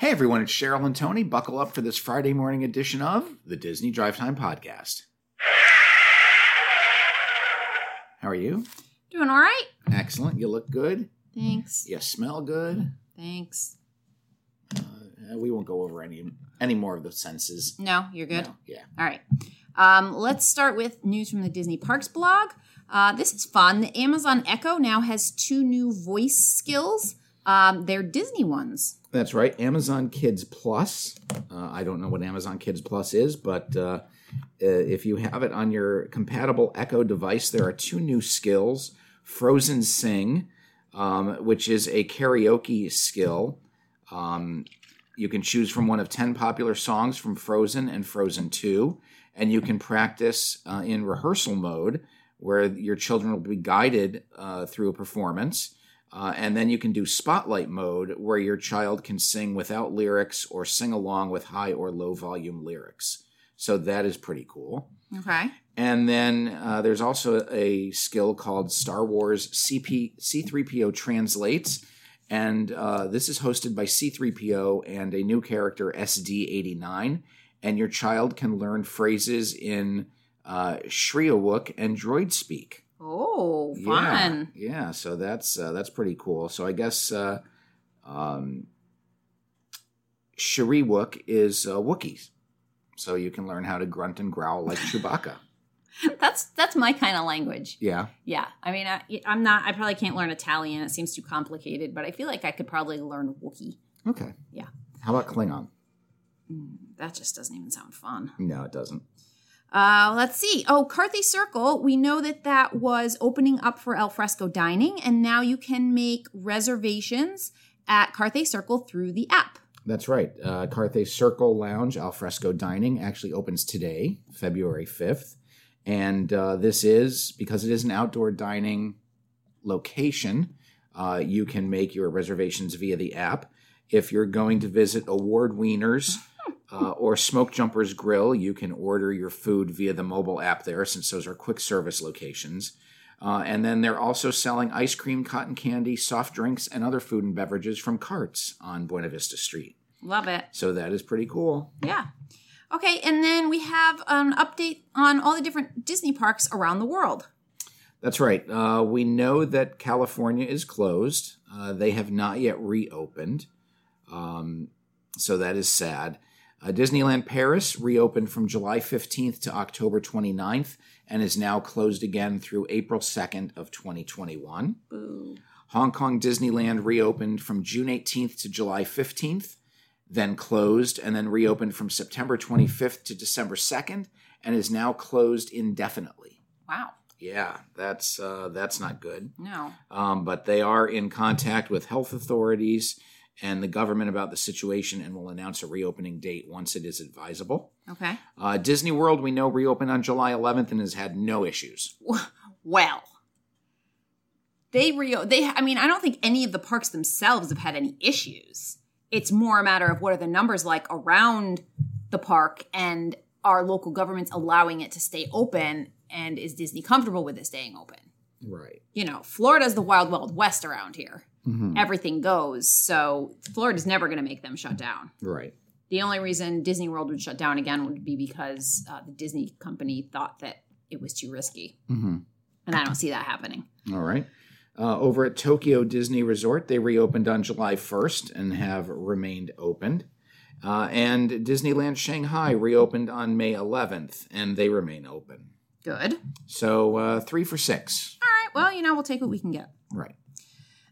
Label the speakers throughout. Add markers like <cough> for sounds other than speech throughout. Speaker 1: everyone, it's Cheryl and Tony. Buckle up for this Friday morning edition of the Disney Drive Time Podcast. How are you?
Speaker 2: Doing all right.
Speaker 1: Excellent. You look good.
Speaker 2: Thanks.
Speaker 1: You smell good.
Speaker 2: Thanks.
Speaker 1: Uh, we won't go over any any more of the senses.
Speaker 2: No, you're good.
Speaker 1: No, yeah.
Speaker 2: All right. Um, let's start with news from the Disney Parks blog. Uh, this is fun. The Amazon Echo now has two new voice skills. Um, they're Disney ones.
Speaker 1: That's right. Amazon Kids Plus. Uh, I don't know what Amazon Kids Plus is, but uh, uh, if you have it on your compatible Echo device, there are two new skills Frozen Sing, um, which is a karaoke skill. Um, you can choose from one of 10 popular songs from Frozen and Frozen 2, and you can practice uh, in rehearsal mode where your children will be guided uh, through a performance. Uh, and then you can do spotlight mode where your child can sing without lyrics or sing along with high or low volume lyrics. So that is pretty cool.
Speaker 2: Okay.
Speaker 1: And then uh, there's also a skill called Star Wars CP, C3PO Translates. And uh, this is hosted by C3PO and a new character, SD89. And your child can learn phrases in uh, Shriawook and Droid Speak.
Speaker 2: Oh,
Speaker 1: Yeah,
Speaker 2: fun. <laughs>
Speaker 1: Yeah, so that's uh, that's pretty cool. So I guess uh, um, Shiri Wook is uh, Wookiees, so you can learn how to grunt and growl
Speaker 2: <laughs>
Speaker 1: like Chewbacca.
Speaker 2: That's that's my kind of language.
Speaker 1: Yeah,
Speaker 2: Yeah. I mean, I, I'm not. I probably can't learn Italian. It seems too complicated. But I feel like I could probably learn Wookiee.
Speaker 1: okay.
Speaker 2: Yeah.
Speaker 1: How about Klingon?
Speaker 2: Mm, That just doesn't even sound fun.
Speaker 1: No, it doesn't.
Speaker 2: Uh, let's see. Oh, Carthy Circle. We know that that was opening up for al fresco dining, and now you can make reservations at Carthay Circle through the app.
Speaker 1: That's right. Uh, Carthay Circle Lounge Alfresco Dining actually opens today, February 5th. And uh, this is because it is an outdoor dining location, uh, you can make your reservations via the app. If you're going to visit Award Wieners uh, or Smoke Jumpers Grill, you can order your food via the mobile app there since those are quick service locations. Uh, and then they're also selling ice cream, cotton candy, soft drinks, and other food and beverages from carts on Buena Vista Street.
Speaker 2: Love it.
Speaker 1: So that is pretty cool.
Speaker 2: Yeah. Okay, and then we have an update on all the different Disney parks around the world.
Speaker 1: That's right. Uh, we know that California is closed. Uh, they have not yet reopened. Um, so that is sad. Uh, Disneyland Paris reopened from July 15th to October 29th and is now closed again through April 2nd of 2021.
Speaker 2: Boo.
Speaker 1: Hong Kong Disneyland reopened from June 18th to July 15th, then closed, and then reopened from September 25th to December 2nd, and is now closed indefinitely.
Speaker 2: Wow.
Speaker 1: Yeah, that's uh, that's not good.
Speaker 2: No.
Speaker 1: Um, but they are in contact with health authorities and the government about the situation, and will announce a reopening date once it is advisable.
Speaker 2: Okay.
Speaker 1: Uh, Disney World, we know, reopened on July 11th and has had no issues.
Speaker 2: Well, they re they I mean, I don't think any of the parks themselves have had any issues. It's more a matter of what are the numbers like around the park and are local governments allowing it to stay open and is Disney comfortable with it staying open?
Speaker 1: Right.
Speaker 2: You know, Florida's the wild wild west around here.
Speaker 1: hmm
Speaker 2: Everything goes. So, Florida's never going to make them shut down.
Speaker 1: Right.
Speaker 2: The only reason Disney World would shut down again would be because uh, the Disney company thought that it was too risky.
Speaker 1: hmm
Speaker 2: And I don't see that happening.
Speaker 1: All right. Uh, over at Tokyo Disney Resort, they reopened on July 1st and have remained opened. Uh, and Disneyland Shanghai reopened on May 11th and they remain open.
Speaker 2: Good.
Speaker 1: So uh, three for six.
Speaker 2: all right, well, you know, we'll take what we can get.
Speaker 1: Right.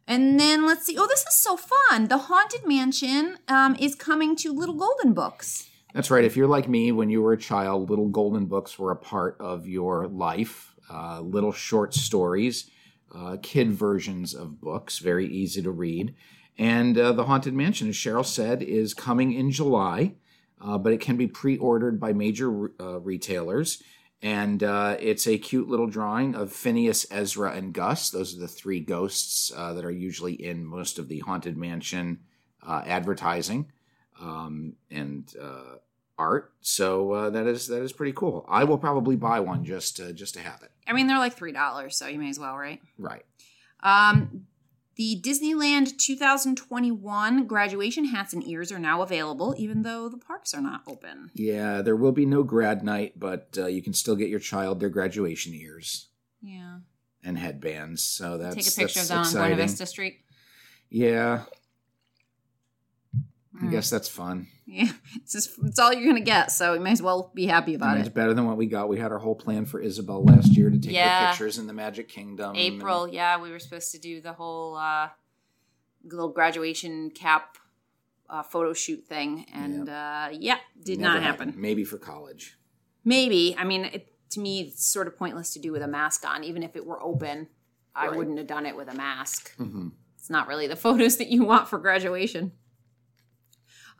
Speaker 2: And then let's see. Oh, this is so fun. The Haunted Mansion um, is coming to Little Golden Books.
Speaker 1: That's right. If you're like me, when you were a child, little golden books were a part of your life. Uh, little short stories, uh, kid versions of books, very easy to read. And uh, The Haunted Mansion, as Cheryl said, is coming in July, uh, but it can be pre ordered by major uh, retailers. And uh, it's a cute little drawing of Phineas, Ezra, and Gus. Those are the three ghosts uh, that are usually in most of the Haunted Mansion uh, advertising um, and uh, art. So uh, that is that is pretty cool. I will probably buy one just to, just to have it.
Speaker 2: I mean, they're like $3, so you may as well, right?
Speaker 1: Right.
Speaker 2: Um, The Disneyland 2021 graduation hats and ears are now available, even though the parks are not open.
Speaker 1: Yeah, there will be no grad night, but uh, you can still get your child their graduation ears
Speaker 2: Yeah.
Speaker 1: and headbands. So that's
Speaker 2: Take a picture of
Speaker 1: that's
Speaker 2: that on Buena
Speaker 1: exciting.
Speaker 2: Vista Street.
Speaker 1: Yeah, I
Speaker 2: Mm.
Speaker 1: guess that's fun.
Speaker 2: <laughs> Yeah, it's just it's all you're gonna get, so you may as well be happy
Speaker 1: I
Speaker 2: about
Speaker 1: mean,
Speaker 2: it.
Speaker 1: it's better than what we got. We had our whole plan for Isabel last year to take her
Speaker 2: Yeah.
Speaker 1: pictures in the Magic Kingdom. and-
Speaker 2: April, yeah, we were supposed to do the whole uh, little graduation cap uh, photo shoot thing, and uh, yeah, did
Speaker 1: Never
Speaker 2: not happen.
Speaker 1: happened. Maybe for college.
Speaker 2: Maybe I mean, it, to me, it's sort of pointless to do with a mask on, even if it were open. I
Speaker 1: Right.
Speaker 2: wouldn't have done it with a mask.
Speaker 1: hmm
Speaker 2: It's not really the <laughs> photos that you want for graduation.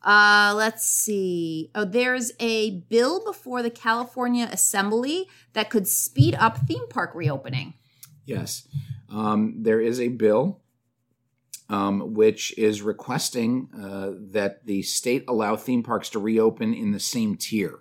Speaker 2: Uh, let's see. Oh, there's a bill before the California Assembly that could speed up theme park reopening.
Speaker 1: Yes. Um, there is a bill um, which is requesting uh, that the state allow theme parks to reopen in the same tier.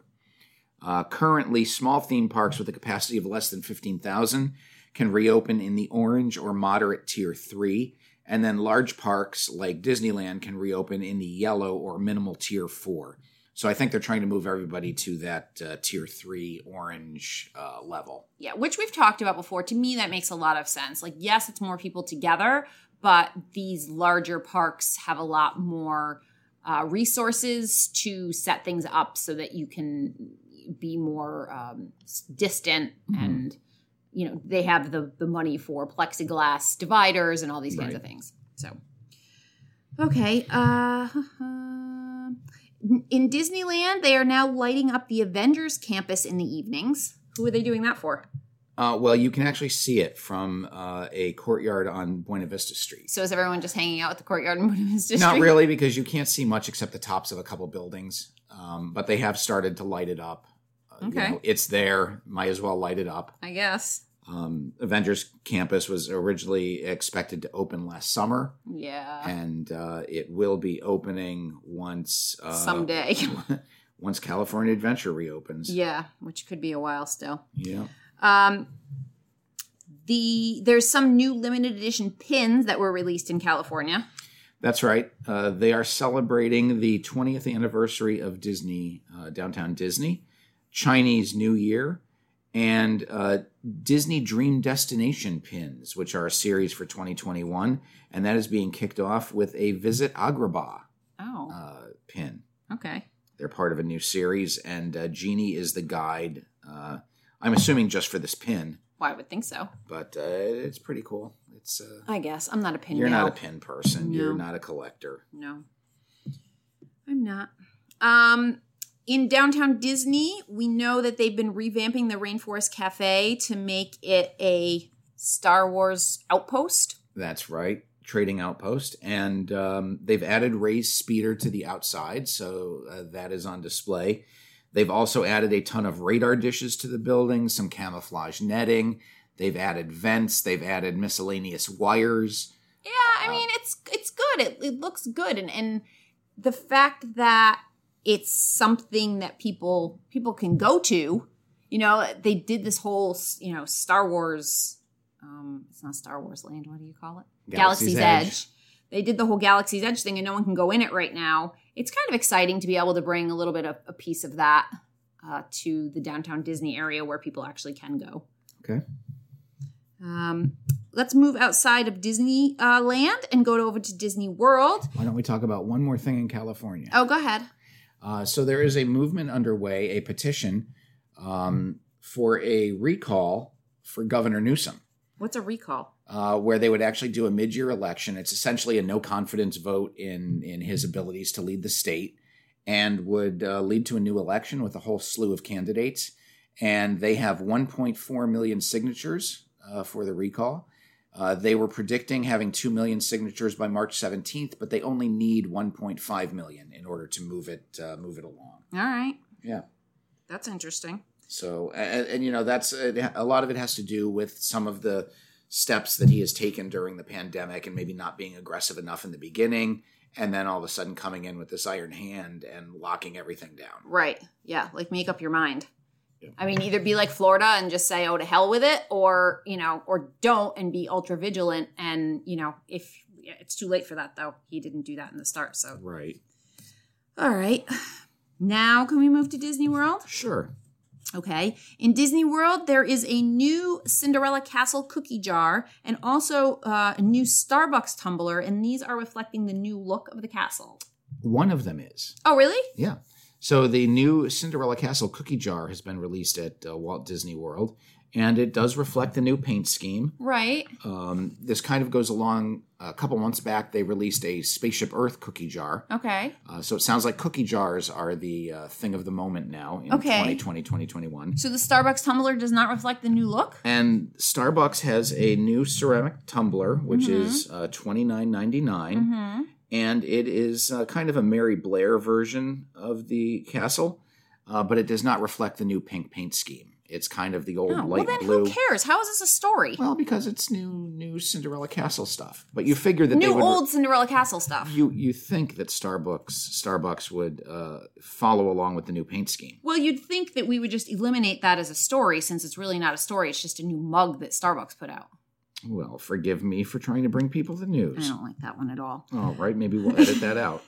Speaker 1: Uh, currently, small theme parks with a capacity of less than 15,000 can reopen in the orange or moderate tier three. And then large parks like Disneyland can reopen in the yellow or minimal tier four. So I think they're trying to move everybody to that uh, tier three orange uh, level.
Speaker 2: Yeah, which we've talked about before. To me, that makes a lot of sense. Like, yes, it's more people together, but these larger parks have a lot more uh, resources to set things up so that you can be more um, s- distant
Speaker 1: Mhm.
Speaker 2: and you know they have the the money for plexiglass dividers and all these kinds
Speaker 1: Right.
Speaker 2: of things. So, okay. Uh, <laughs> in Disneyland, they are now lighting up the Avengers campus in the evenings. Who are they doing that for?
Speaker 1: Uh, well, you can actually see it from uh, a courtyard on Buena Vista Street.
Speaker 2: So is everyone just hanging out at the courtyard <laughs> in Buena Vista
Speaker 1: Not
Speaker 2: Street?
Speaker 1: really, because you can't see much except the tops of a couple buildings. Um, but they have started to light it up. Uh,
Speaker 2: Okay.
Speaker 1: it's there. Might as well light it up.
Speaker 2: I guess.
Speaker 1: Um, Avengers Campus was originally expected to open last summer,
Speaker 2: Yeah.
Speaker 1: and uh, it will be opening once uh,
Speaker 2: <laughs> Someday.
Speaker 1: <laughs> once California Adventure reopens.
Speaker 2: yeah, which could be a while still.
Speaker 1: Yeah.
Speaker 2: Um, the there's some new limited edition pins that were released in California.
Speaker 1: That's right. Uh, they are celebrating the 20th anniversary of Disney, uh, Downtown Disney, Chinese New Year, and uh, Disney Dream Destination pins, which are a series for 2021. And that is being kicked off with a Visit Agrabah
Speaker 2: Oh,
Speaker 1: uh, pin.
Speaker 2: okay.
Speaker 1: They're part of a new series, and uh, Genie is the guide. Uh, I'm assuming just for this pin,
Speaker 2: Well, I would think so.
Speaker 1: but uh, it's pretty cool. It's uh,
Speaker 2: I guess I'm not a pin.
Speaker 1: you're
Speaker 2: gal.
Speaker 1: not a pin person. You're
Speaker 2: No.
Speaker 1: not a collector.
Speaker 2: No, I'm not. Um, in downtown Disney, we know that they've been revamping the Rainforest Cafe to make it a Star Wars outpost.
Speaker 1: That's right. Trading outpost, and um, they've added Ray's speeder to the outside, so uh, that is on display. They've also added a ton of radar dishes to the building, some camouflage netting. They've added vents. They've added miscellaneous wires.
Speaker 2: Yeah, I mean it's it's good. It, it looks good, and and the fact that it's something that people people can go to, you know, they did this whole you know Star Wars. Um, it's not Star Wars Land. What do you call it? Galaxy's, Edge. They did the whole Galaxy's Edge thing, and no one can go in it right now. It's kind of exciting to be able to bring a little bit of a piece of that uh, to the downtown Disney area where people actually can go.
Speaker 1: Okay.
Speaker 2: Um, let's move outside of Disney uh, land and go over to Disney World.
Speaker 1: Why don't we talk about one more thing in California?
Speaker 2: Oh, go ahead.
Speaker 1: Uh, so there is a movement underway, a petition um, for a recall for Governor Newsom.
Speaker 2: What's a recall?
Speaker 1: uh, where they would actually do a mid-year election. It's essentially a no confidence vote in in his abilities to lead the state, and would uh, lead to a new election with a whole slew of candidates. And they have 1.4 million signatures uh, for the recall. Uh, they were predicting having 2 million signatures by March 17th, but they only need 1.5 million in order to move it uh, move it along.
Speaker 2: All right.
Speaker 1: Yeah.
Speaker 2: That's interesting.
Speaker 1: So, and, and you know, that's it, a lot of it has to do with some of the steps that he has taken during the pandemic and maybe not being aggressive enough in the beginning. And then all of a sudden coming in with this iron hand and locking everything down.
Speaker 2: Right. Yeah. Like make up your mind. I mean, either be like Florida and just say, oh, to hell with it, or, you know, or don't and be ultra vigilant. And, you know, if yeah, it's too late for that, though, he didn't do that in the start. So,
Speaker 1: Right.
Speaker 2: all right. Now, can we move to Disney World?
Speaker 1: Sure.
Speaker 2: Okay. In Disney World, there is a new Cinderella Castle cookie jar and also uh, a new Starbucks tumbler. And these are reflecting the new look of the castle.
Speaker 1: One of them is.
Speaker 2: Oh, really?
Speaker 1: Yeah. So the new Cinderella Castle cookie jar has been released at uh, Walt Disney World, and it does reflect the new paint scheme.
Speaker 2: Right.
Speaker 1: Um, this kind of goes along. A couple months back, they released a Spaceship Earth cookie jar.
Speaker 2: Okay.
Speaker 1: Uh, so it sounds like cookie jars are the uh, thing of the moment now in
Speaker 2: Okay.
Speaker 1: 2020, 2021.
Speaker 2: So the Starbucks tumbler does not reflect the new look?
Speaker 1: And Starbucks has a new ceramic tumbler, which is uh, twenty nine ninety nine,
Speaker 2: Mm-hmm.
Speaker 1: and it is uh, kind of a Mary Blair version of the castle, uh, but it does not reflect the new pink paint scheme. It's kind of the old
Speaker 2: Oh, well,
Speaker 1: light
Speaker 2: then
Speaker 1: blue.
Speaker 2: who cares? How is this a story?
Speaker 1: Well, because it's new, new Cinderella Castle stuff. But you figure that they
Speaker 2: new
Speaker 1: would
Speaker 2: old Cinderella Castle stuff.
Speaker 1: you you think that Starbucks Starbucks would uh, follow along with the new paint scheme.
Speaker 2: well, you'd think that we would just eliminate that as a story since it's really not a story. It's just a new mug that Starbucks put out.
Speaker 1: Well, forgive me for trying to bring people the
Speaker 2: I
Speaker 1: news.
Speaker 2: don't like that one at all.
Speaker 1: All right, maybe we'll edit that
Speaker 2: <laughs>
Speaker 1: out.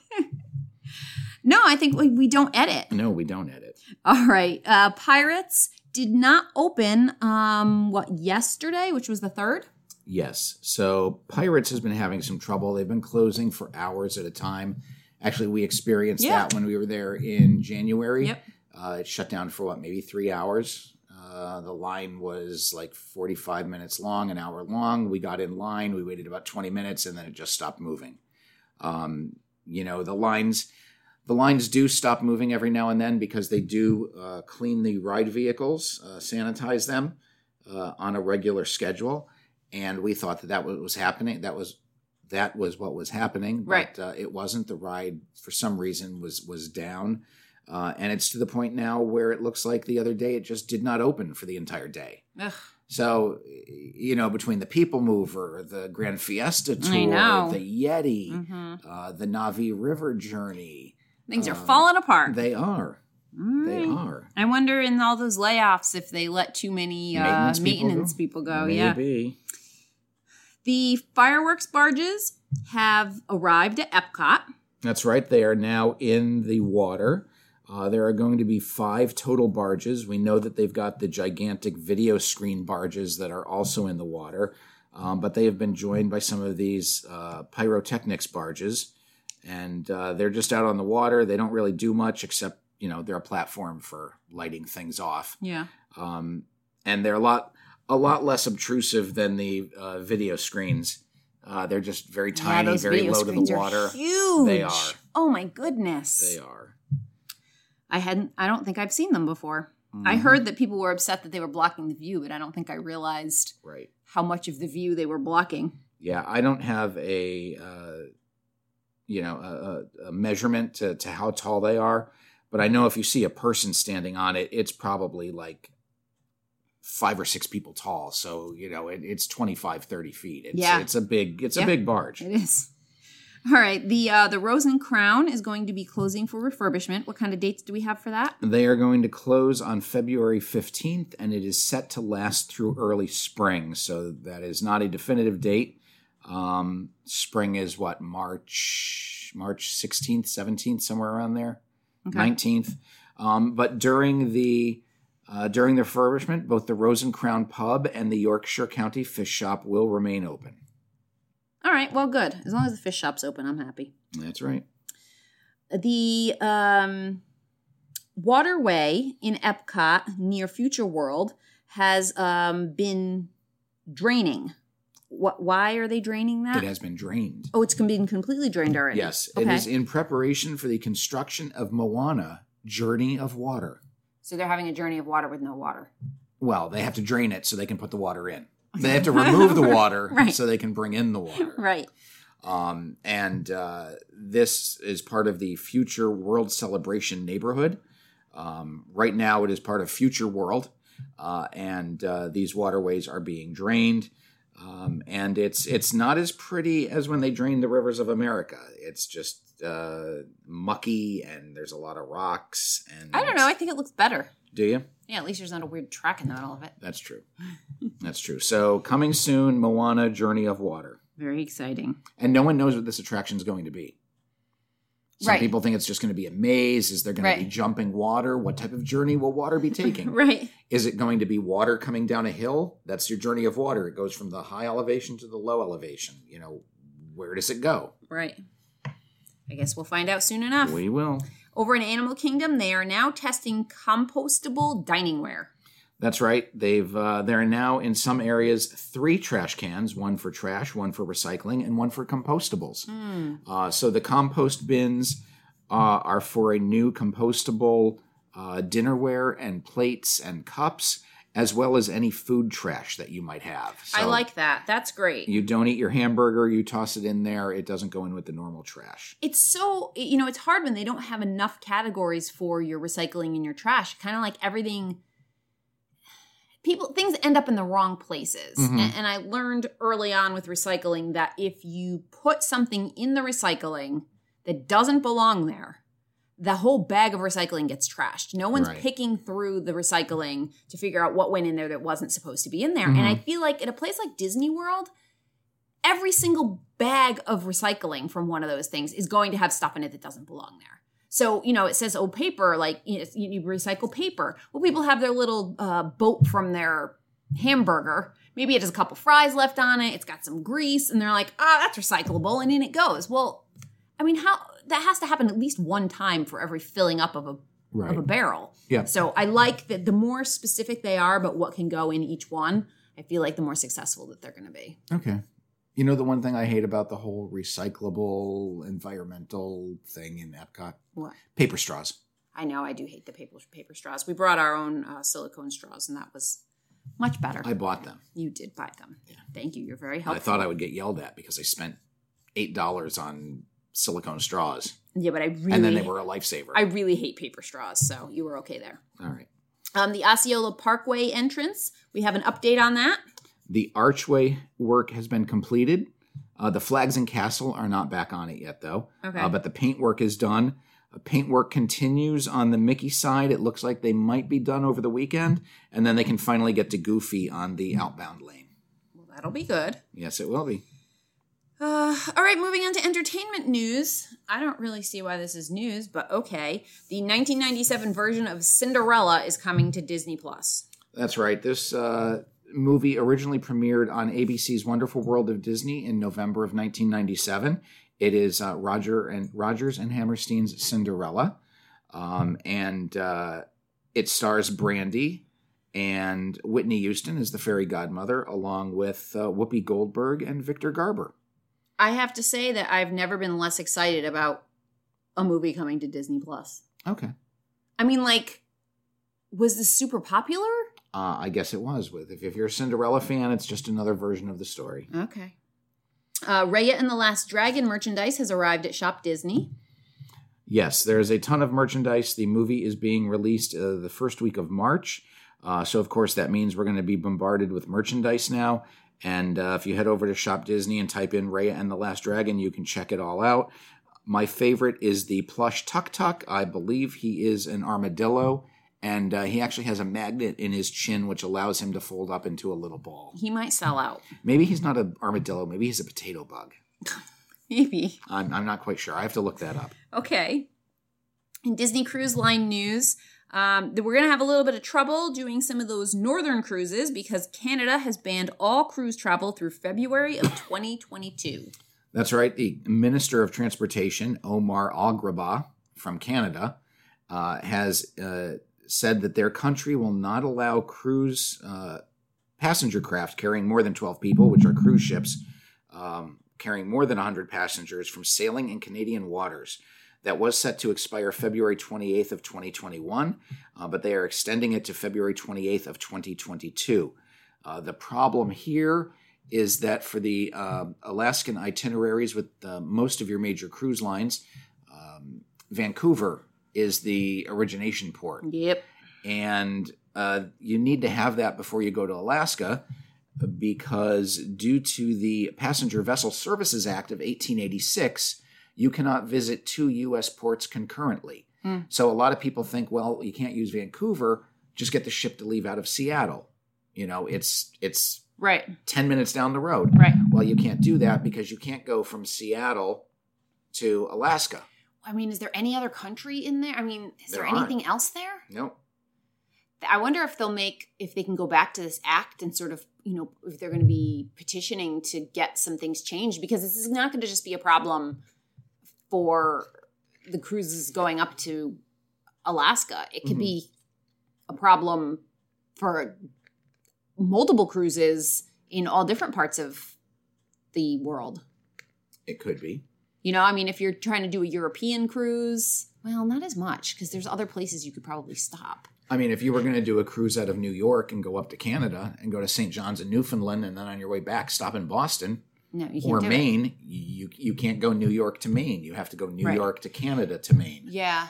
Speaker 2: No, I think we, we don't edit. <laughs>
Speaker 1: No, we don't edit.
Speaker 2: All right. Uh, Pirates did not open, um, what, yesterday, which was the third?
Speaker 1: Yes. So Pirates has been having some trouble. They've been closing for hours at a time. Actually, we experienced
Speaker 2: Yeah.
Speaker 1: that when we were there in January.
Speaker 2: Yep.
Speaker 1: Uh, it shut down for what, maybe three hours. Uh, the line was like 45 minutes long, an hour long. We got in line, we waited about 20 minutes, and then it just stopped moving. Um, you know, the lines. The lines do stop moving every now and then because they do uh, clean the ride vehicles, uh, sanitize them uh, on a regular schedule and we thought that that wa- was happening. That was that was what was happening, but,
Speaker 2: Right.
Speaker 1: Uh, it wasn't. The ride for some reason was was down, uh, and it's to the point now where it looks like the other day it just did not open for the entire day.
Speaker 2: Ugh.
Speaker 1: So y- you know, between the People Mover, the Grand Fiesta tour,
Speaker 2: I know.
Speaker 1: the Yeti,
Speaker 2: Mm-hmm.
Speaker 1: uh, the Navi River journey,
Speaker 2: Things are
Speaker 1: Um,
Speaker 2: falling apart.
Speaker 1: they are.
Speaker 2: All
Speaker 1: They
Speaker 2: right.
Speaker 1: are.
Speaker 2: I wonder in all those layoffs if they let too many uh,
Speaker 1: Maintenance
Speaker 2: maintenance,
Speaker 1: people go?
Speaker 2: people go. Yeah.
Speaker 1: Maybe.
Speaker 2: The fireworks barges have arrived at Epcot.
Speaker 1: That's right. They are now in the water. Uh, there are going to be five total barges. We know that they've got the gigantic video screen barges that are also in the water, um, but they have been joined by some of these uh, pyrotechnics barges, and uh, they're just out on the water. They don't really do much except, you know, they're a platform for lighting things off,
Speaker 2: Yeah.
Speaker 1: um, and they're a lot a lot less obtrusive than the uh, video screens. Uh, they're just very tiny,
Speaker 2: those
Speaker 1: very
Speaker 2: video
Speaker 1: low to the
Speaker 2: screens are
Speaker 1: water.
Speaker 2: huge.
Speaker 1: They are.
Speaker 2: Oh my goodness.
Speaker 1: They are.
Speaker 2: I hadn't. I don't think I've seen them before. I
Speaker 1: Mhm.
Speaker 2: heard that people were upset that they were blocking the view, but I don't think I realized
Speaker 1: Right.
Speaker 2: how much of the view they were blocking.
Speaker 1: Yeah, I don't have a uh, you know a- a, a measurement to, to how tall they are, but I know if you see a person standing on it, it's probably like five or six people tall. So you know it, it's 25, 30 feet. It's,
Speaker 2: Yeah.
Speaker 1: it's a big it's
Speaker 2: Yeah.
Speaker 1: a big barge.
Speaker 2: It is. <laughs> All right. The uh, the Rose and Crown is going to be closing for refurbishment. What kind of dates do we have for that?
Speaker 1: They are going to close on February 15th, and it is set to last through early spring. So that is not a definitive date. Um, spring is what, March, March 16th, 17th, somewhere around there,
Speaker 2: Okay.
Speaker 1: 19th. Um, but during the uh, during the refurbishment, both the Rose and Crown Pub and the Yorkshire County Fish Shop will remain open.
Speaker 2: All right. Well, good. As long as the fish shop's open, I'm happy.
Speaker 1: That's right.
Speaker 2: the um, waterway in Epcot near Future World has um, been draining. What? Why are they draining that?
Speaker 1: It has been drained.
Speaker 2: oh, it's com- been completely drained already.
Speaker 1: Yes, it
Speaker 2: Okay.
Speaker 1: is in preparation for the construction of Moana Journey of Water.
Speaker 2: so they're having a journey of water with no water.
Speaker 1: well, they have to drain it so they can put the water in. They have to remove the
Speaker 2: <laughs>
Speaker 1: water
Speaker 2: Oh, Right.
Speaker 1: so they can bring in the water.
Speaker 2: Right.
Speaker 1: Um, and uh, this is part of the Future World Celebration neighborhood. Um, right now, it is part of Future World, uh, and uh, these waterways are being drained. Um, and it's it's not as pretty as when they drained the rivers of America. It's just uh, mucky and there's a lot of rocks. And
Speaker 2: I don't know. I think it looks better.
Speaker 1: Do you?
Speaker 2: Yeah, at least there's not a weird track in the middle of it.
Speaker 1: That's true. That's true. So coming soon, Moana: Journey of Water,
Speaker 2: Very exciting.
Speaker 1: and no one knows what this attraction is going to be. Some
Speaker 2: Right.
Speaker 1: people think it's just going to be a maze. Is there going to be
Speaker 2: Right.
Speaker 1: jumping water? What type of journey will water be taking?
Speaker 2: <laughs> Right.
Speaker 1: Is it going to be water coming down a hill? That's your journey of water. It goes from the high elevation to the low elevation. You know, where does it go?
Speaker 2: Right. I guess we'll find out soon enough.
Speaker 1: We will.
Speaker 2: Over in Animal Kingdom, they are now testing compostable diningware.
Speaker 1: That's right. They've uh, there are now in some areas three trash cans: one for trash, one for recycling, and one for compostables.
Speaker 2: Hmm.
Speaker 1: Uh, so the compost bins uh, are for a new compostable uh, dinnerware and plates and cups, as well as any food trash that you might have.
Speaker 2: I
Speaker 1: So
Speaker 2: like that. That's great.
Speaker 1: You don't eat your hamburger; you toss it in there. It doesn't go in with the normal trash.
Speaker 2: it's so you know it's hard when they don't have enough categories for your recycling and your trash kind of like everything people things end up in the wrong places A-
Speaker 1: Mhm.
Speaker 2: and, i learned early on with recycling that if you put something in the recycling that doesn't belong there the whole bag of recycling gets trashed no one's
Speaker 1: Right.
Speaker 2: picking through the recycling to figure out what went in there that wasn't supposed to be in there and i feel like at a place like disney world every single bag of recycling from one of those things is going to have stuff in it that doesn't belong there. So, you know, it says, oh, paper, like you, know, you recycle paper. Well, people have their little uh, boat from their hamburger. Maybe it has a couple fries left on it. It's got some grease, and they're like, ah, that's recyclable. And in it goes. Well, I mean, how that has to happen at least one time for every filling up of a
Speaker 1: Right.
Speaker 2: of a barrel.
Speaker 1: Yeah.
Speaker 2: So I like that the more specific they are, but what can go in each one, I feel like the more successful that they're going to be.
Speaker 1: Okay. You know the one thing I hate about the whole recyclable environmental thing in Epcot?
Speaker 2: What?
Speaker 1: Paper straws.
Speaker 2: I know I do hate the paper paper straws. We brought our own uh, silicone straws, and that was much better.
Speaker 1: I bought them.
Speaker 2: you did buy them. Thank you. You're very
Speaker 1: I
Speaker 2: helpful.
Speaker 1: thought I would get yelled at because I spent eight dollars on silicone straws,
Speaker 2: yeah, but I really,
Speaker 1: and then they were a lifesaver.
Speaker 2: I really hate paper straws. So you were okay there.
Speaker 1: All right.
Speaker 2: Um, the Osceola Parkway entrance. We have an update on that.
Speaker 1: The archway work has been completed. Uh, the flags and castle are not back on it yet, though.
Speaker 2: Okay.
Speaker 1: Uh, but the paintwork is done. Uh, paintwork continues on the Mickey side. It looks like they might be done over the weekend, and then they can finally get to Goofy on the outbound lane.
Speaker 2: Well, that'll be good.
Speaker 1: Yes, it will be.
Speaker 2: Uh, all right, moving on to entertainment news. I don't really see why this is news, but okay. The 1997 version of Cinderella is coming to Disney Plus.
Speaker 1: That's right. This uh, movie originally premiered on ABC's Wonderful World of Disney in November of 1997. It is uh, Roger and Rogers and Hammerstein's Cinderella, um, and uh, it stars Brandy and Whitney Houston as the fairy godmother, along with uh, Whoopi Goldberg and Victor Garber.
Speaker 2: I have to say that I've never been less excited about a movie coming to Disney Plus.
Speaker 1: Okay,
Speaker 2: I mean, like, was this super popular?
Speaker 1: uh, I guess it was with if, if you're a Cinderella fan, it's just another version of the story.
Speaker 2: Okay. Uh, Raya and the Last Dragon merchandise has arrived at Shop Disney.
Speaker 1: Yes, there is a ton of merchandise. The movie is being released uh, the first week of March. Uh, so, of course, that means we're going to be bombarded with merchandise now. And uh, if you head over to Shop Disney and type in Raya and the Last Dragon, you can check it all out. My favorite is the plush Tuk Tuk. I believe he is an armadillo, and uh, he actually has a magnet in his chin, which allows him to fold up into a little ball.
Speaker 2: He might sell out.
Speaker 1: Maybe he's not an armadillo, maybe he's a potato bug.
Speaker 2: Maybe.
Speaker 1: I'm, I'm not quite sure. I have to look that up.
Speaker 2: Okay. In Disney Cruise Line news, um, that we're going to have a little bit of trouble doing some of those northern cruises because Canada has banned all cruise travel through February <coughs> of 2022.
Speaker 1: That's right. The Minister of Transportation, Omar Agrabah from Canada, uh, has uh, said that their country will not allow cruise uh, passenger craft carrying more than 12 people, which are cruise ships, um, carrying more than 100 passengers from sailing in Canadian waters. That was set to expire February 28th of 2021, uh, but they are extending it to February 28th of 2022. Uh, the problem here is that for the um Alaskan itineraries with uh, most of your major cruise lines, um, Vancouver is the origination port
Speaker 2: Yep.
Speaker 1: and uh, you need to have that before you go to Alaska because due to the Passenger Vessel Services Act of 1886, you cannot visit two U.S. ports concurrently.
Speaker 2: Mm.
Speaker 1: So a lot of people think, well, you can't use Vancouver. Just get the ship to leave out of Seattle. You know, it's it's
Speaker 2: Right.
Speaker 1: 10 minutes down the road.
Speaker 2: Right.
Speaker 1: Well, you can't do that because you can't go from Seattle to Alaska.
Speaker 2: I mean, is there any other country in there? I mean, is there,
Speaker 1: There aren't.
Speaker 2: anything else there?
Speaker 1: Nope.
Speaker 2: I wonder if they'll make if they can go back to this act and sort of you know if they're going to be petitioning to get some things changed because this is not going to just be a problem for the cruises going up to Alaska. It could
Speaker 1: Mhm.
Speaker 2: be
Speaker 1: Mm-hmm.
Speaker 2: a problem for multiple cruises in all different parts of the world.
Speaker 1: It could be.
Speaker 2: You know, I mean, if you're trying to do a European cruise, well, not as much because there's other places you could probably stop.
Speaker 1: I mean, if you were going to do a cruise out of New York and go up to Canada and go to St. John's in Newfoundland and then on your way back stop in Boston
Speaker 2: No, you can't
Speaker 1: or
Speaker 2: do it.
Speaker 1: Maine, you you can't go New York to Maine. You have to go New
Speaker 2: Right.
Speaker 1: York to Canada to Maine
Speaker 2: Yeah.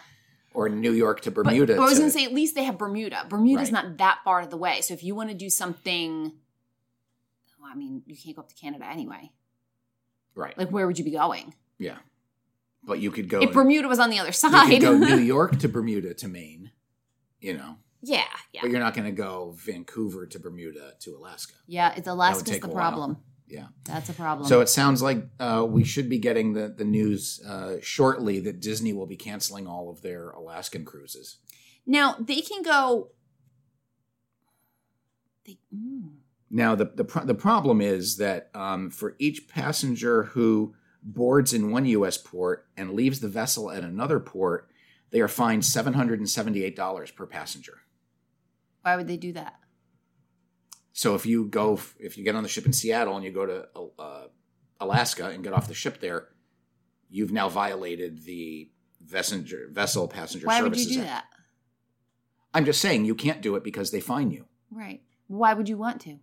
Speaker 1: or New York to Bermuda.
Speaker 2: But, but I was
Speaker 1: to-
Speaker 2: going to say, at least they have Bermuda. Bermuda's
Speaker 1: Right.
Speaker 2: not that far out of the way. So if you want to do something, well, I mean, you can't go up to Canada anyway.
Speaker 1: right.
Speaker 2: Like, where would you be going?
Speaker 1: yeah. But you could go
Speaker 2: if Bermuda was on the other
Speaker 1: you could
Speaker 2: side.
Speaker 1: go New York to Bermuda to Maine, you know.
Speaker 2: <laughs> yeah, yeah.
Speaker 1: But you're not going to go Vancouver to Bermuda to Alaska.
Speaker 2: Yeah, it's Alaska's
Speaker 1: take
Speaker 2: the
Speaker 1: a while.
Speaker 2: problem.
Speaker 1: Yeah.
Speaker 2: That's a problem.
Speaker 1: So it sounds like uh, we should be getting the, the news uh, shortly that Disney will be canceling all of their Alaskan cruises.
Speaker 2: now, they can go. They, mm,
Speaker 1: Now, the, the, pro- the problem is that um, for each passenger who boards in one U.S. port and leaves the vessel at another port, they are fined $778 per passenger.
Speaker 2: why would they do that?
Speaker 1: So if you go, if you get on the ship in Seattle and you go to uh, Alaska and get off the ship there, you've now violated the Vessinger, vessel passenger
Speaker 2: Why would
Speaker 1: services
Speaker 2: you do
Speaker 1: Act.
Speaker 2: that?
Speaker 1: I'm just saying you can't do it because they fine you
Speaker 2: Right. Why would you want to?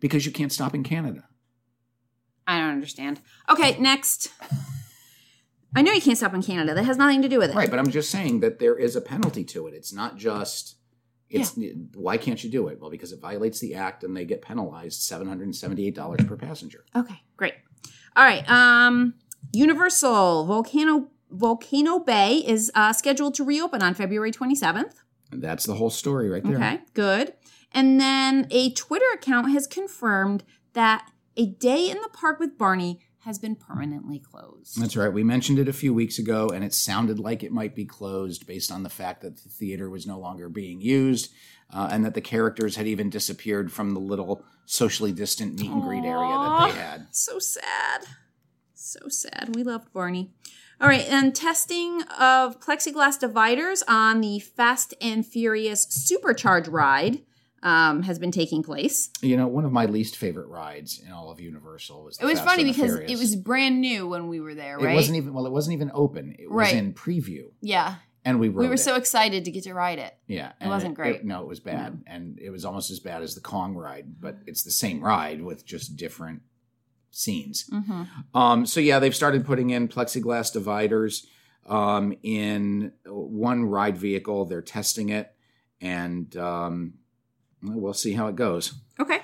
Speaker 1: because you can't stop in Canada.
Speaker 2: I don't understand. Okay,
Speaker 1: <laughs>
Speaker 2: next. I know you can't stop in Canada. That has nothing to do with it.
Speaker 1: Right, but I'm just saying that there is a penalty to it. It's not just it's why can't you do it? Well, because it violates the act and they get penalized $778 per passenger.
Speaker 2: Okay, great. All right. Um, Universal Volcano Volcano Bay is uh, scheduled to reopen on February 27th.
Speaker 1: And that's the whole story right there.
Speaker 2: Okay, good. And then a Twitter account has confirmed that a day in the park with Barney has been permanently closed.
Speaker 1: That's right. We mentioned it a few weeks ago, and it sounded like it might be closed based on the fact that the theater was no longer being used uh, and that the characters had even disappeared from the little socially distant meet and greet area that
Speaker 2: Aw.
Speaker 1: they had.
Speaker 2: So sad. So sad. We loved Barney. All right, and testing of plexiglass dividers on the Fast and Furious Supercharge ride um, has been taking place.
Speaker 1: You know, one of my least favorite rides in all of Universal was. The
Speaker 2: It was
Speaker 1: Fast
Speaker 2: funny
Speaker 1: and the
Speaker 2: because
Speaker 1: Furious.
Speaker 2: it was brand new when we were there, right?
Speaker 1: It wasn't even well. It wasn't even open. It was
Speaker 2: Right.
Speaker 1: in preview,
Speaker 2: yeah,
Speaker 1: and we wrote
Speaker 2: we were
Speaker 1: it.
Speaker 2: so excited to get to ride it.
Speaker 1: yeah.
Speaker 2: it
Speaker 1: and
Speaker 2: wasn't great. Mm-hmm.
Speaker 1: no, it was bad, and it was almost as bad as the Kong ride, but it's the same ride with just different scenes.
Speaker 2: Mm-hmm.
Speaker 1: Um, so yeah, they've started putting in plexiglass dividers um, in one ride vehicle. They're testing it, and um, we'll see how it goes.
Speaker 2: Okay.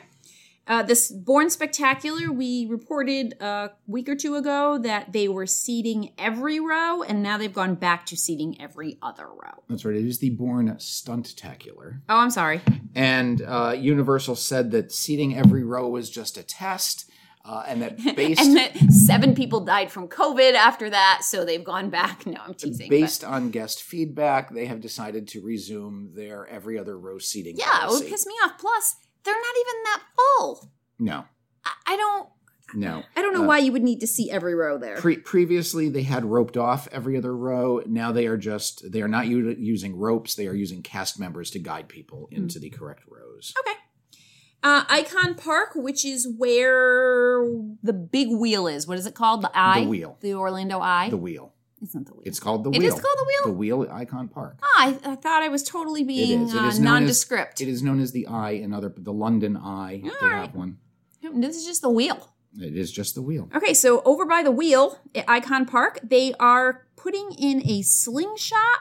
Speaker 2: Uh, this Born Spectacular, we reported a week or two ago that they were seating every row, and now they've gone back to seating every other row.
Speaker 1: That's right. It is the Born Stuntacular,
Speaker 2: Oh, I'm sorry.
Speaker 1: and uh, Universal said that seating every row was just a test, uh, and that based
Speaker 2: <laughs> And that seven people died from COVID after that, so they've gone back. No, I'm teasing. but-
Speaker 1: based on guest feedback, they have decided to resume their every other row seating.
Speaker 2: yeah, it would
Speaker 1: policy.
Speaker 2: piss me off. Plus, they're not even that full. <laughs>
Speaker 1: no,
Speaker 2: I, I don't.
Speaker 1: no.
Speaker 2: I don't know why you would need to see every row there.
Speaker 1: Uh, Pre- previously, they had roped off every other row. Now they are just they are not u- using ropes. They are using cast members to guide people
Speaker 2: Hmm.
Speaker 1: into the correct rows.
Speaker 2: uh, Icon Park, which is where the big wheel is. What is it called? The Eye?
Speaker 1: The wheel.
Speaker 2: The Orlando Eye?
Speaker 1: The wheel.
Speaker 2: it's not the wheel.
Speaker 1: It's called the
Speaker 2: It
Speaker 1: wheel.
Speaker 2: is called the wheel?
Speaker 1: The wheel at Icon Park.
Speaker 2: Ah, I, I thought I was totally being
Speaker 1: is. It
Speaker 2: uh,
Speaker 1: is known as-
Speaker 2: nondescript.
Speaker 1: It is known as the Eye in other the London Eye. they
Speaker 2: Alright.
Speaker 1: have one.
Speaker 2: Nope, this is just the wheel.
Speaker 1: It is just the wheel.
Speaker 2: Okay, so over by the wheel at Icon Park, they are putting in a slingshot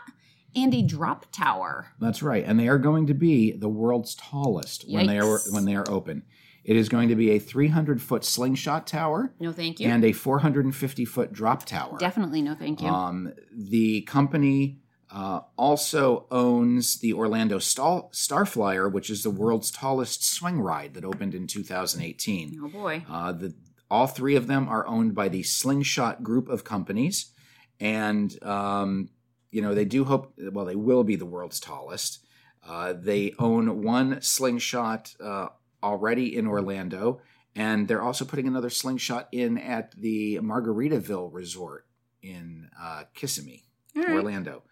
Speaker 2: and a drop tower.
Speaker 1: That's right, and they are going to be the world's tallest when they are
Speaker 2: Yikes.
Speaker 1: when they are open. It is going to be a 300 foot slingshot tower
Speaker 2: No, thank you.
Speaker 1: and a 450 foot drop tower.
Speaker 2: Definitely no, thank you.
Speaker 1: Um, the company uh, also owns the Orlando Star, Starflyer, which is the world's tallest swing ride that opened in 2018.
Speaker 2: oh boy.
Speaker 1: Uh, the, all three of them are owned by the Slingshot Group of companies, and um, you know they do hope. Well, they will be the world's tallest. Uh, they own one slingshot uh, already in Orlando, and they're also putting another slingshot in at the Margaritaville Resort in uh, Kissimmee,
Speaker 2: All right.
Speaker 1: Orlando.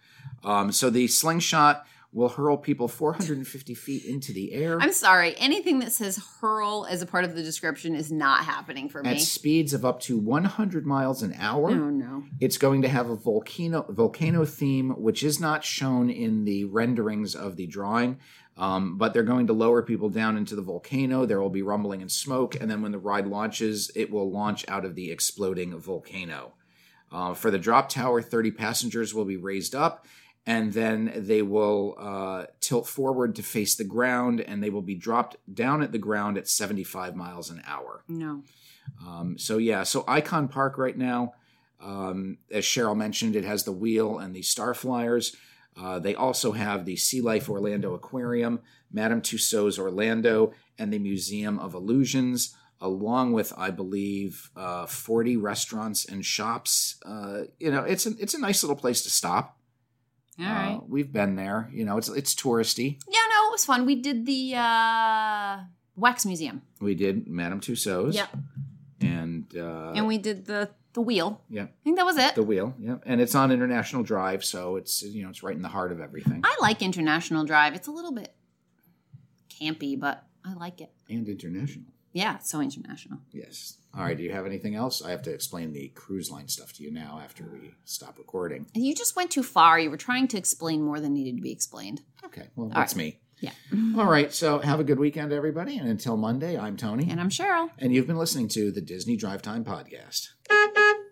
Speaker 1: Um, so the slingshot will hurl people 450 feet into the air.
Speaker 2: I'm sorry. Anything that says hurl as a part of the description is not happening for me.
Speaker 1: at speeds of up to 100 miles an hour.
Speaker 2: Oh no.
Speaker 1: It's going to have a volcano volcano theme, which is not shown in the renderings of the drawing. Um, but they're going to lower people down into the volcano. There will be rumbling and smoke, and then when the ride launches, it will launch out of the exploding volcano. Uh, for the drop tower, 30 passengers will be raised up, and then they will uh, tilt forward to face the ground, and they will be dropped down at the ground at 75 miles an hour.
Speaker 2: No.
Speaker 1: Um, so yeah, so Icon Park right now, um, as Cheryl mentioned, it has the wheel and the Star Flyers. Uh, they also have the Sea Life Orlando Aquarium, Madame Tussauds Orlando, and the Museum of Illusions, along with I believe uh, forty restaurants and shops. Uh, you know, it's a, it's a nice little place to stop.
Speaker 2: All
Speaker 1: Uh,
Speaker 2: right.
Speaker 1: we've been there. You know, it's it's touristy.
Speaker 2: Yeah, no, it was fun. We did the uh, wax museum,
Speaker 1: We did Madame Tussauds.
Speaker 2: Yep.
Speaker 1: And uh,
Speaker 2: and we did the the wheel.
Speaker 1: yeah.
Speaker 2: I think that was it.
Speaker 1: The wheel, yeah, and it's on International Drive, so it's you know it's right in the heart of everything.
Speaker 2: I like International Drive. It's a little bit campy, but I like it.
Speaker 1: and international,
Speaker 2: Yeah, it's so international.
Speaker 1: yes. All right, do you have anything else? I have to explain the cruise line stuff to you now after we stop recording.
Speaker 2: And You just went too far. You were trying to explain more than needed to be explained.
Speaker 1: Okay, well that's me.
Speaker 2: Yeah.
Speaker 1: All right, so have a good weekend, everybody, and until Monday, I'm Tony,
Speaker 2: And I'm Cheryl.
Speaker 1: and you've been listening to the Disney Drive Time podcast.